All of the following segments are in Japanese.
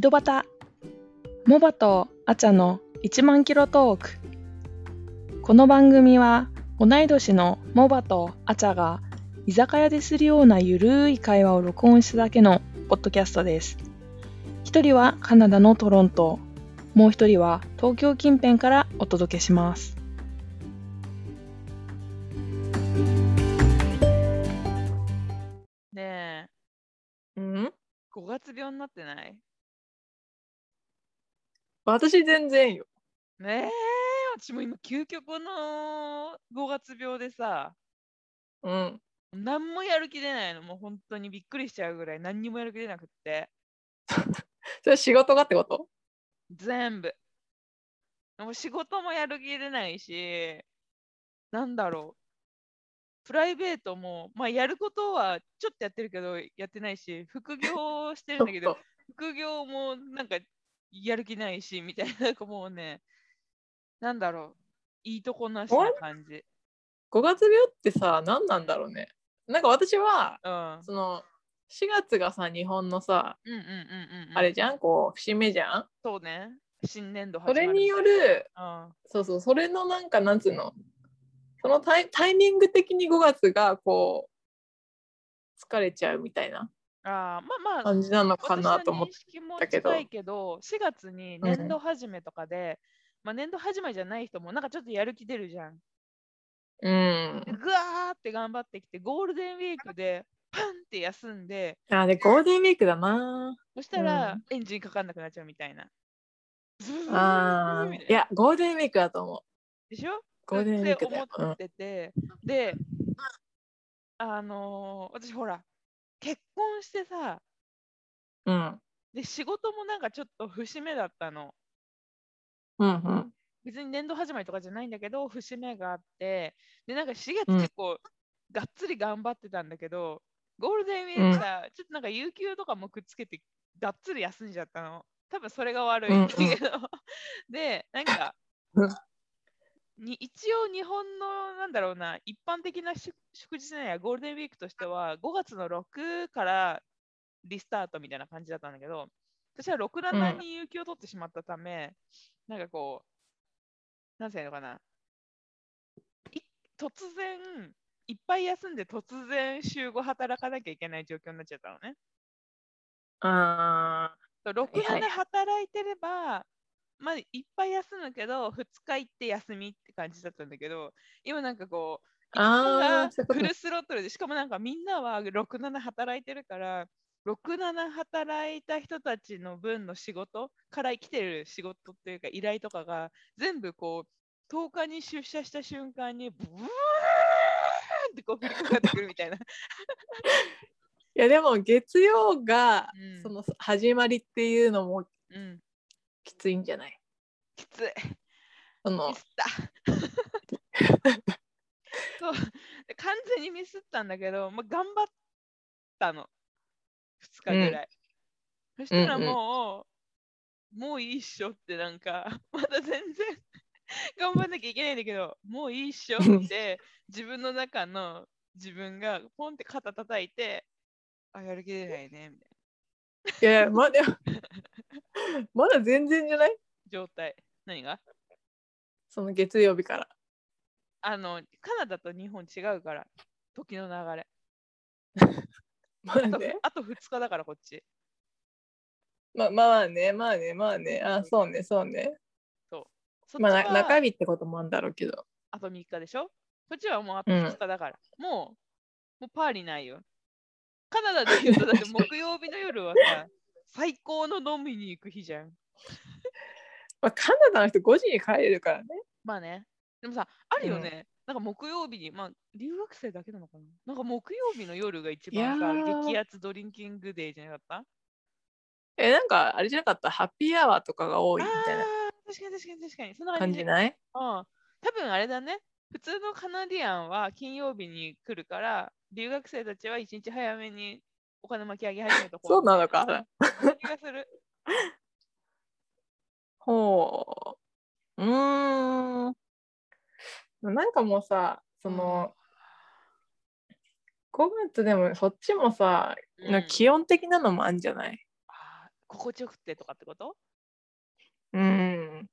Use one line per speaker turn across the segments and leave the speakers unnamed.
ドバタモバとアチャの1万キロトークこの番組は同い年のモバとアチャが居酒屋でするようなゆるい会話を録音しただけのポッドキャストです一人はカナダのトロントもう一人は東京近辺からお届けしますねえ
うん
5月病になってない
私全然よ。
ねえ私も今究極の5月病でさ
うん。
何もやる気出ないのもう本当にびっくりしちゃうぐらい何にもやる気出なくって
それ仕事がってこと
全部もう仕事もやる気出ないしなんだろうプライベートも、まあ、やることはちょっとやってるけどやってないし副業をしてるんだけ
ちょ
ど
っと
副業もなんかやる気ないしみたいななんかもうねなんだろういいとこなしな感じ
5月病ってさ何なんだろうね。なんか私は
うん
その4月がさ日本のさ
うんうんうんうんうん。
あれじゃんこう節目じゃん。
そうね。新年度始
そ
まる。
れによる
うん。
そうそうそれのなんかなんつうのそのタイタイミング的に5月がこう疲れちゃうみたいな
ああ、まあまあ、
感じなのかなと思って。
私の認識
たけ
も
ど
近いけど、4月に年度始めとかで、まあ年度始めじゃない人もなんかちょっとやる気出るじゃん。
うん
で、ぐわーって頑張ってきて、ゴールデンウィークでパンって休んで、
あでゴールデンウィークだな。
そしたら
う
エンジンかかんなくなっちゃうみたいな。ズー
あ
みた
ー
い
い
な
やゴールデンウィークだと思う。
でしょ
ゴールデンウィークだよ
って。思ってて、で、あのー私ほら、結婚してさ、
うんうん
で仕事もなんかちょっと節目だったの
うんうん
別に年度始まりとかじゃないんだけど節目があってでなんか4月
うん
結構がっつり頑張ってたんだけど、ゴールデンウィークさ、ちょっとなんか有給とかもくっつけてがっつり休んじゃったの多分それが悪いんだけど、
うんう
でなんか
うん
に一応日本のなんだろうな一般的な祝祝日じゃないやゴールデンウィークとしては5月の6からリスタートみたいな感じだったんだけど私は6、7に有給を取ってしまったため、なんかこうなんていうのかない突然いっぱい休んで突然週5働かなきゃいけない状況になっちゃったのね。
あ
6、
はいはい
7働いてれば、まあ、いっぱい休むけど、2日行って休みって感じだったんだけど、今なんかこう、
ーあー、そういうこ
フ
と
ルスロットルで、しかもなんかみんなは6、7働いてるから、6、7働いた人たちの分の仕事から生きてる仕事っていうか依頼とかが全部こう10日に出社した瞬間にブーンってこう振りかかってくるみたいな。
いやでも月曜が
うん
その始まりっていうのも
うん、
きついんじゃない
きつい。
その
ミスった。 そうで完全にミスったんだけど、まあ、頑張ったの2日ぐらい、そしたら
うんうん
もう、もういいっしょってなんか まだ全然頑張んなきゃいけないんだけどもういいっしょ って自分の中の自分がポンって肩叩いてあやる気出ないねみたいない
やまだ まだ全然じゃない
状態何が
その月曜日から
あのカナダと日本違うから時の流れ
ま
あ
あ
と
ね
あと2日だからこっち
まあまあねまあねまあねあーそうねそうね
そっち
まあな
は
中日ってこともあるんだろうけど
あと3日でしょこっちはもうあと
うん
2日だから。もう、もうパーリーないよ。カナダで言うと、だって木曜日の夜は さ、最高の飲みに行く日じゃん。
まあカナダの人5時に帰れるからね
まあね。でもさ、あるよね。なんか木曜日に、まあ、留学生だけなのかななんか木曜日の夜が一番さ
いや、ー
激アツドリンキングデーじゃなかった
えなんかあれじゃなかったハッピーアワーとかが多いみたいな
あー確かに確かに確かに。そんな
感
感
じ
じ。
ない
うん、多分あれだね。普通のカナディアンは金曜日に来るから、留学生たちは一日早めにお金巻き上げ始めた
そうなの
そん
か
な気がする。
ほう。うーん。なんかもうさ、 その、5月でもそっちもさ、
うん
気温的なのもあんじゃない
あー心地よくてとかってこと
うん。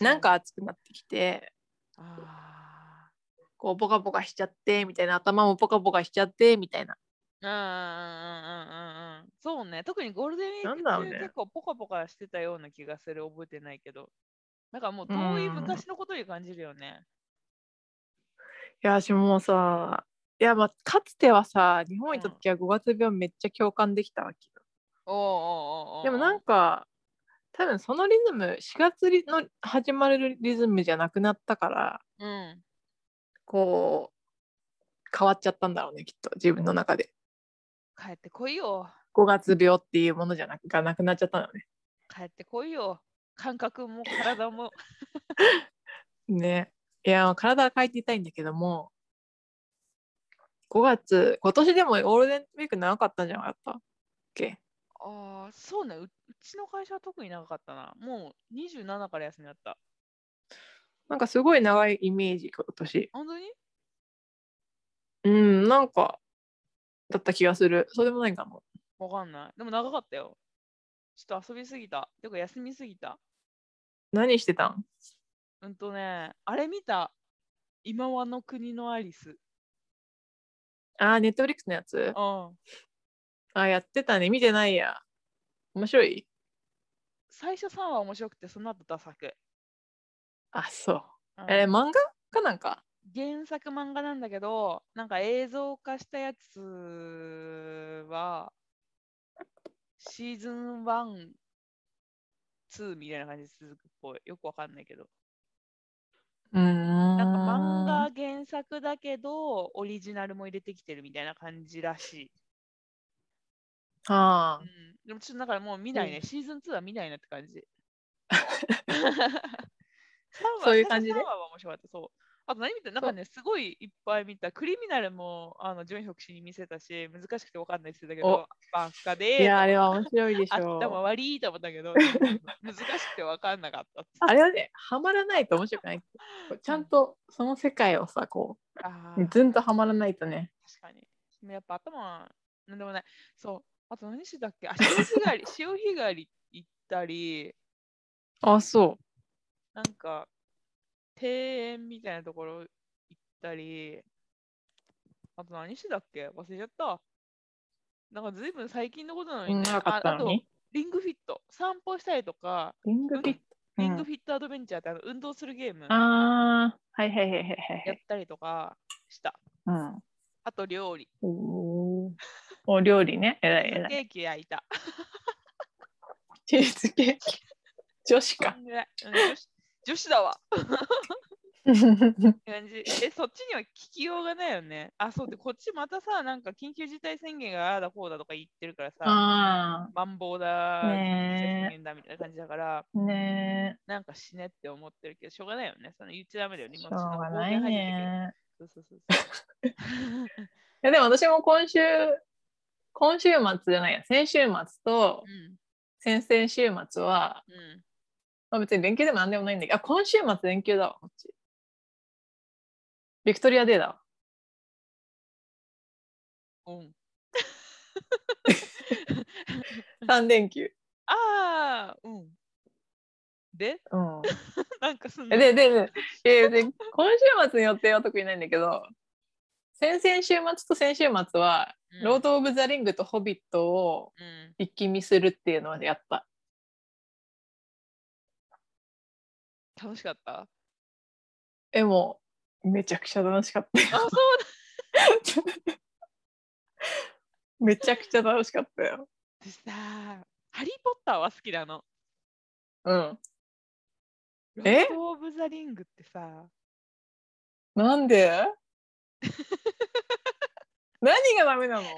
なんか暑くなってきて、
あ
こう、ボカボカしちゃって、みたいな、頭もボカボカしちゃって、みたいな。
あ。うんうんうんうんうんうん。そうね。特にゴールデンウィー
なん
ク
だろうね
中結構ポカポカしてたような気がする。覚えてないけど。なんかもう遠い
うん
昔のことに感じるよね。
いや、私もうさ、いや、まあ、かつてはさ、日本行った時は5月病めっちゃ共感できたわけよ。
おうおうおうおうおう
でもなんか、多分そのリズム、4月りの始まるリズムじゃなくなったから、
うん。
こう、変わっちゃったんだろうね、きっと、自分の中で。
帰ってこいよ。
5月病っていうものじゃなくがなくなっちゃったのね。
帰ってこいよ。感覚も体も。
ね。いや、体は変えていたいんだけども、5月、今年でもゴールデンウィーク長かったんじゃなかったっけ
ああ、そうねう。うちの会社は特に長かったな。もう27から休みだった。
なんかすごい長いイメージ、今年。
本当に
うん、なんか、だった気がする。そうでもないかも。
わかんない。でも長かったよ。ちょっと遊びすぎた。てか休みすぎた。
何してたん
うんとね、あれ見た。今はの国のアリス。うん。
あー、ネットフリックスのやつあー、やってたね。見てないや。面白い
最初3話面白くて、その後ダサく。
あ、そう。
うん
えー、漫画かなんか
原作漫画なんだけど、なんか映像化したやつは、シーズン1、2みたいな感じで続くっぽい。よくわかんないけど。
うーん。
なんか漫画原作だけど、オリジナルも入れてきてるみたいな感じらしい。
あ
う
ー
ん、でもちょっとだからもう見ないね。
う
シーズン2は見ないなって 感じ。
そういう感じで
3話は面白かった。そう。あと何見たなんかね、すごいいっぱい見た。クリミナルもあのジョンヒョク氏に見せたし、難しくて分かんないですだけど、ばっかで、
いや、あれは面白いでし
あ
ょ
ったも悪いと思った けど、でも難しくて分かんなかったって。
あれはね、ハマらないと面白くない。こうちゃんとその世界をさ、こ
あ
う、
ー
ずんとハマらないとね。
確かに。でもやっぱ頭はなんでもない。そう。あと何してたっけあ、潮干狩り、潮干狩り行ったり、
あ、そ
なんか、庭園みたいなところ行ったり、あと何してたっけ忘れちゃった。なんか随分最近のことなのに、ね
なかっ
あ
た
あと、
のに。
リングフィット。散歩したりとか、
リングフィット。
リング
ィッ
フィットアドベンチャーってあの運動するゲーム
ト。
や
ああ、はいはいはいはいは
っ
い
たりとかした。
はい。
あと料理。
うん。おーお料理ね。えらいえらい。
ケーキ焼いた。
チーズケーキ。女子
そ
か。
んぐらいうん女子女子だわ。
う
って感じ。え、そっちには聞きようがないよね。あ、そうで、こっちまたさ、なんか緊急事態宣言がああだこうだとか言ってるからさ、
あ
マンボウだ、緊急事態宣
ね
言だみたいな感じだから、
ーね
なんか死ねって思ってるけど、しょうがないよね。その言っちゃダメだよね。
ーしょ
今
うがない。ね
そうそうそうそう。
いやでも私も今週今週末じゃないや先週末と
うん、
先々週末は
うん。
まあ、別に連休でもなんでもないんだけど、あ、今週末連休だわ、こっち。ビクトリアデーだわ。
うん、
3連休。
ああ、うん。で、
うん。
なんかすんの
えで、で、で、え別に今週末の予定は特にないんだけど、先々週末と先週末は、
うん
ロード・オブ・ザ・リングとホビットを
うん、
一気見するっていうのをやった。
楽しかった。
え、もう、めちゃくちゃ楽しかったよ。
あ、そう
めちゃくちゃ楽しかったよ。
だ。さあ、ハリー・ポッターは好きなの。
うん。
ロ
え
ード・オブ・ザ・リングってさ、
なんで何がダメな
な
の
なん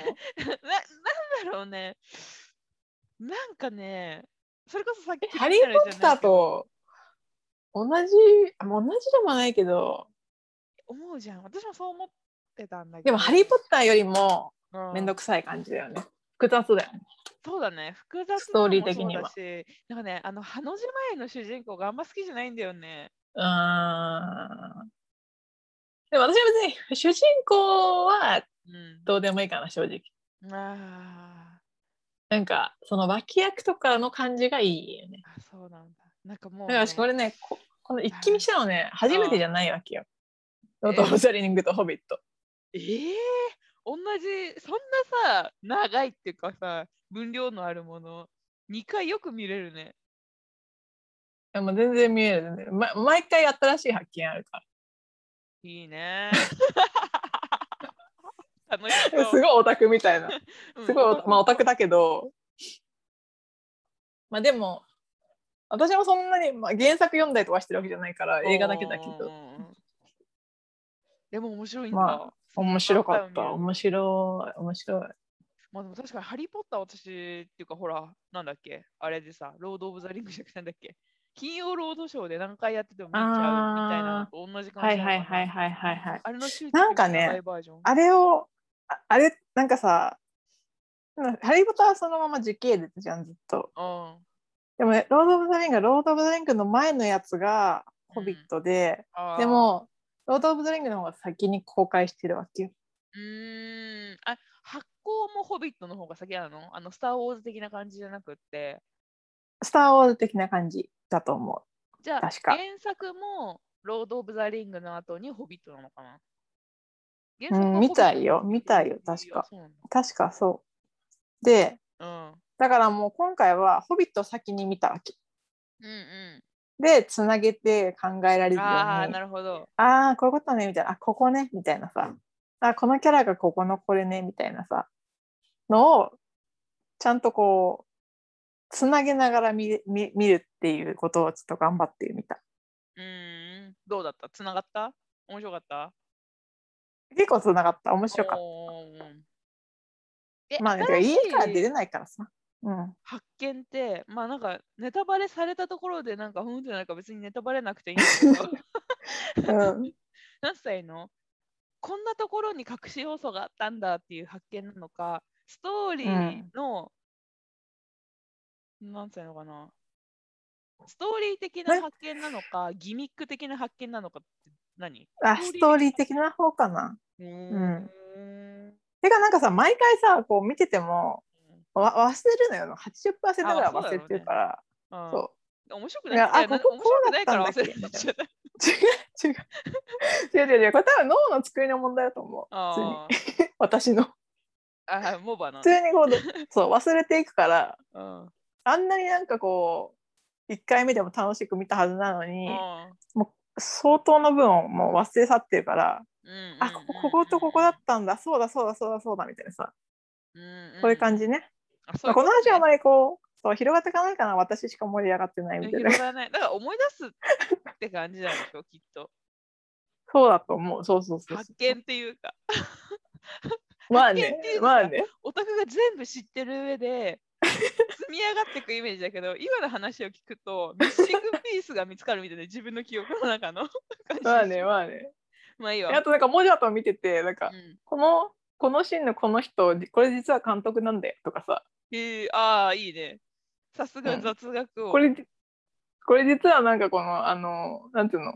だろうね。なんかね、それこそさっき。
ハリー・ポッター。と同じ、あ同じでもないけど、
思うじゃん。私もそう思ってたんだけど。
でもハリー・ポッターよりも
ター
めんどくさい感じだよね。複雑だよね。
そうだね。複雑なのも
ストーリー的には
そうだしなんかね、あの、ハの字前の主人公があんま好きじゃないんだよね。
うーん。でも私は別に主人公は
うん。
どうでもいいかな、正直。
ああ。
なんかその脇役とかの感じがいいよね。
あ、そうなんだ。なんかもう
だ
ね、
から私これねここの一気見したのね初めてじゃないわけよ。ロード・オブ・ザ・リングとホビット。
ええ同じ、そんなさ、長いっていうかさ、分量のあるもの、2回よく見れるね。
でも全然見える、ねま。毎回新しい発見あるか
いい ね。楽し
ら。す
そ
ご
う
い。オタクみたいな。
うん
すごいオタ、まあ、オタクだけど、まあでも、私もそんなに、まあ、原作読んだりとかしてるわけじゃないから、映画だけだけ
うん
ど、
うんうんでも面白いんだ。
まあ、面白かった。
まあ
面白い、面白い。
まあでも確かにハリー・ポッター私っていうかほら、なんだっけあれでさ、ロード・オブ・ザ・リングじゃなくてなんだっけ金曜ロードショーで何回やってても見ちゃうみたいなのと同じ感
は
じ
い
なのかな。
はいはいはいはいはい。
あれの集
なんかね
長いバージョン。
あれを、ああれ、なんかさ、なハリー・ポッターはそのまま時系列じゃん、ずっと。
うん。
でも、ね、ロード・オブ・ザ・リングはロード・オブ・ザ・リングの前のやつが、ホビットで、
あー
で、も、ロード・オブ・ザ・リングの方が先に公開してるわけよ。
うーん。あ、発行もホビットの方が先なのあの、スター・ウォーズ的な感じじゃなくって。
スター・ウォーズ的な感じだと思う。
じゃあ、
確か
原作もロード・オブ・ザ・リングの後にホビットなのかな原作は
うん
ホビット
みたいよみたいよ確か。
そうなんだ
確かそう。で、
うん。
だからもう今回は「ホビット」を先に見たわけ。
うんう
で、つなげて考えられる
ん。
ように。
ああ、
あ
なるほど。
あー、こういうことね、みたいな。あ、ここね、みたいなさ。あ、このキャラがここのこれね、みたいなさ。のを、ちゃんとこう、つなげながら見見見るっていうことをちょっと頑張ってみた。
うーん。どうだったつながった面白かった
結構つながった。面白かっ
おーうんえ
た。まあ、ね、
新しい
家から出れないからさ。うん。
発見って、まあなんかネタバレされたところでなんかふんってなんか別にネタバレなくていいんだけ ど、
うん、
何歳のこんなところに隠し要素があったんだっていう発見なのか、ストーリーの、何歳のかなストーリー的な
ね
発見なのか、ギミック的な発見なのかって何
あ、ストーリー的な方かな。
うーん
てかなんかさ毎回さこう見ててもわ忘れるのよ80%ぐらい
あそう
忘
だ
れ
ろうね
てるから
うん
そう,、
面白く
いや
ない
あここ
面白くないから忘れ
こうだったん
ちゃ
だっけ
った。
違う違う違う違うこれ多分脳の作りの問題だと思
あ
う私の
ーあ、モバな
普。通にこう そう忘れていくから
うんうん
あんなになんかこう1回目でも楽しく見たはずなのに相当の分をもう忘れ去ってるから、
うん
あこここことここだったんだそうだそうだそうだそうだみたいなさこういう
じ。
感じね、
あそ
ま
うい
あ
う
この
と
話はあ
ね
まりこうそう広がっていかないかな私しか盛り上がってないみたいな
広がらない。だから思い出すって感じなんでしょ、きっと。
そうだと思う。そうそうそうそう
発見っていうか、
まあ
発
ね
見っていう。か
まあね。
オタクが全部知ってる上で、積み上がっていくイメージだけど、今の話を聞くと、ミッシングピースが見つかるみたいな、自分の記憶の 中の感じでしょ
まあね。まあね。
まあいい
あ
わ。
となんか文字と見ててなんか
うん
このこのシーンのこの人これ実は監督なんだよとかさ
えー、ああ、いいね。さすが
うん
雑学を。
これこれ実はなんかこのあのなんていうの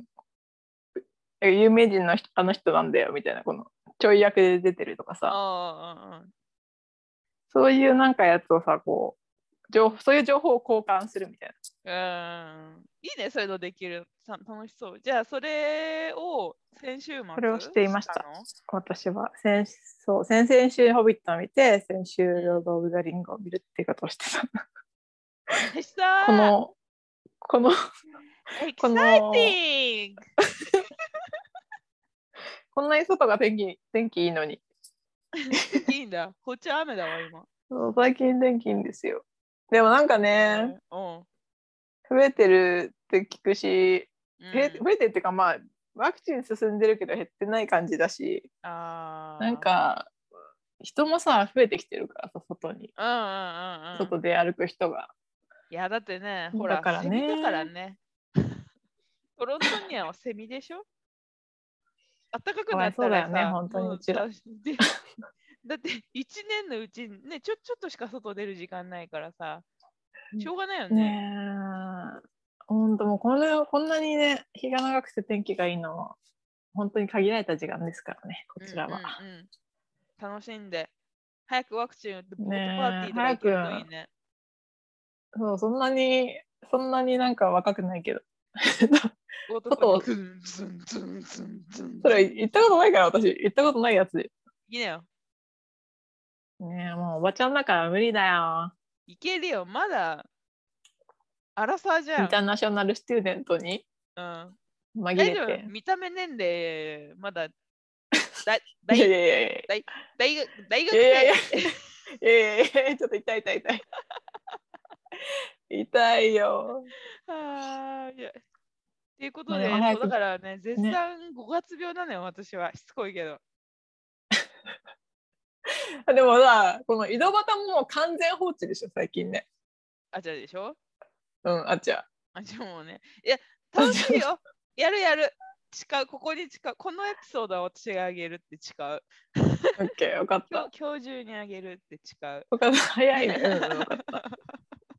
有名人の人あの人なんだよみたいなこのちょい役で出てるとかさ
あーあー、あー
そういうなんかやつをさこう情報そういう情報を交換するみたいな。
うーんいいね、そういうのできる。た楽しそう。じゃあ、それを先週末
それをしていました
の
私は先そう先々週「ホビット」を見て先週「ロード・オブ・ザ・リング」を見るっていうことをしてた
でした
この、この、
エキ
この
サイティング
こんなに外が天気、天気いいのに。
いいんだ。こっち雨だわ、今。
そう最近天気いいんですよ。でもなんかね、
うん。
増えてるって聞くし、
うん、
へ増えてるっていうかまあ、ワクチン進んでるけど減ってない感じだし、
あー
なん、か、人もさ、増えてきてるからさ、外に。
うんうんうんうん。
外で歩く人が。
いや、だってね、ほら、
だからね
セミだからね。トロントニアはセミでしょ暖かくなったらさ
かわいそうだよね本当に
も
うちら
だでだって1年のうちにねちょ、ちょっとしか外出る時間ないからさ、しょうがないよね。
ねえ、ほんともうこれ、こんなにね、日が長くて天気がいいのは、本当に限られた時間ですからね、こちらは。
うんうんうん楽しんで。早くワクチン打って、ボート
ねえ
パーティーとか行けるといいね。
そう、そんなに、そんなになんか若くないけど。
ボートパーティー。ズンズンズンズンズン。
それ、行ったことないから、私。行ったことないやつ。ね
いいねよ。
え、もうおばちゃんだから無理だよ。
いけるよ。まだ、アラサーじ
イ
ゃ
ンターナショナルスチューデントに
ん。うん。
紛
大
れ
丈
て
夫。。見た目年齢、ま だ、だ大
いやいやいやいや。
大学、大学
いやいやいや
生。
ええちょっと痛い痛い痛い。痛いよ。
はーいや。っていうこと
まあ
で、
でも
そ
早
う
く
だからね、絶賛5月病なのよ、私は。しつこいけど。
でもさ、この井戸端ももう完全放置でしょ、最近ね。
あちゃでしょ
うん、あっちゃ。
あちゃもうね。いや、楽しい よ。やるやる。誓う、ここに誓う。このエピソードは私があげるって誓う。
オッケー、よかっ
今日
た。
今日中にあげるって誓う。
よかった、早いね。うん、よかった。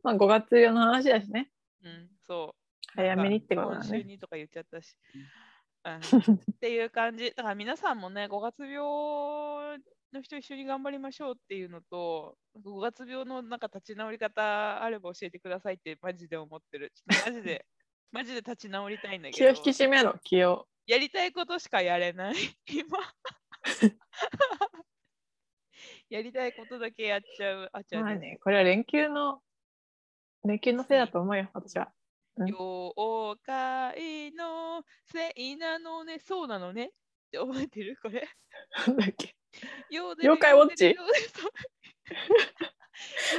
まあ、5月用の話だしね。
うん、そう。
早めにってことだ
今週
ね。
にとか言っちゃったし。うんっていう感じ。だから皆さんもね、5月病の人一緒に頑張りましょうっていうのと、5月病のなんか立ち直り方あれば教えてくださいってマジで思ってる。ちょっとマジ で、マジで立ち直りたいんだけ
気を
ど
引、き締めろ、気を。
やりたいことしかやれない。 今。 やりたいことだけやっちゃう。あちゃ
まあ
です。
ね、これは連休の、連休のせいだと思うよ、私は。うん
妖怪のせいなのね、そうなのねって覚えてるこ れ。
なんだっけ。
妖
妖怪ウォッチ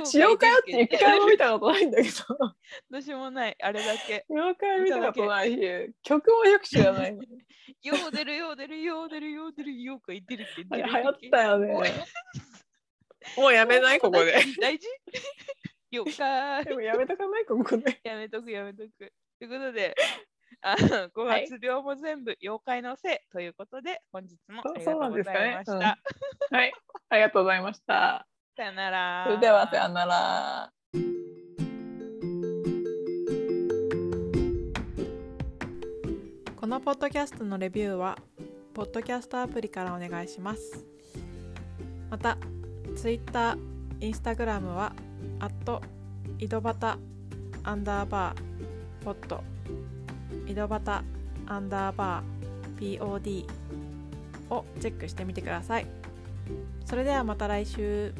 チ
妖怪ウォッチ一回も見たことないんだけど。
どうしようもない、あれだけ。
妖怪見たことないし、曲もよく知らない の。
よう出るよう出るよう出るよう出るようか言ってるって
あ
言
れ
って
流行ったよね。 もうやめないここで。。
大事妖怪
でもやめとかないここで。
やめとくやめとく。ということで、あの5
はい
月病も全部妖怪のせいということで、本日もありがと
そううなん
ご
です
ざ
か
い
ね
まし
うん
た。
はい、ありがとうございました。
さよなら。
それではさようなら。
このポッドキャストのレビューはポッドキャストアプリからお願いしますまた Twitter、Instagram は井戸端アンダーバーポッド井戸端アンダーバー POD をチェックしてみてくださいそれではまた来週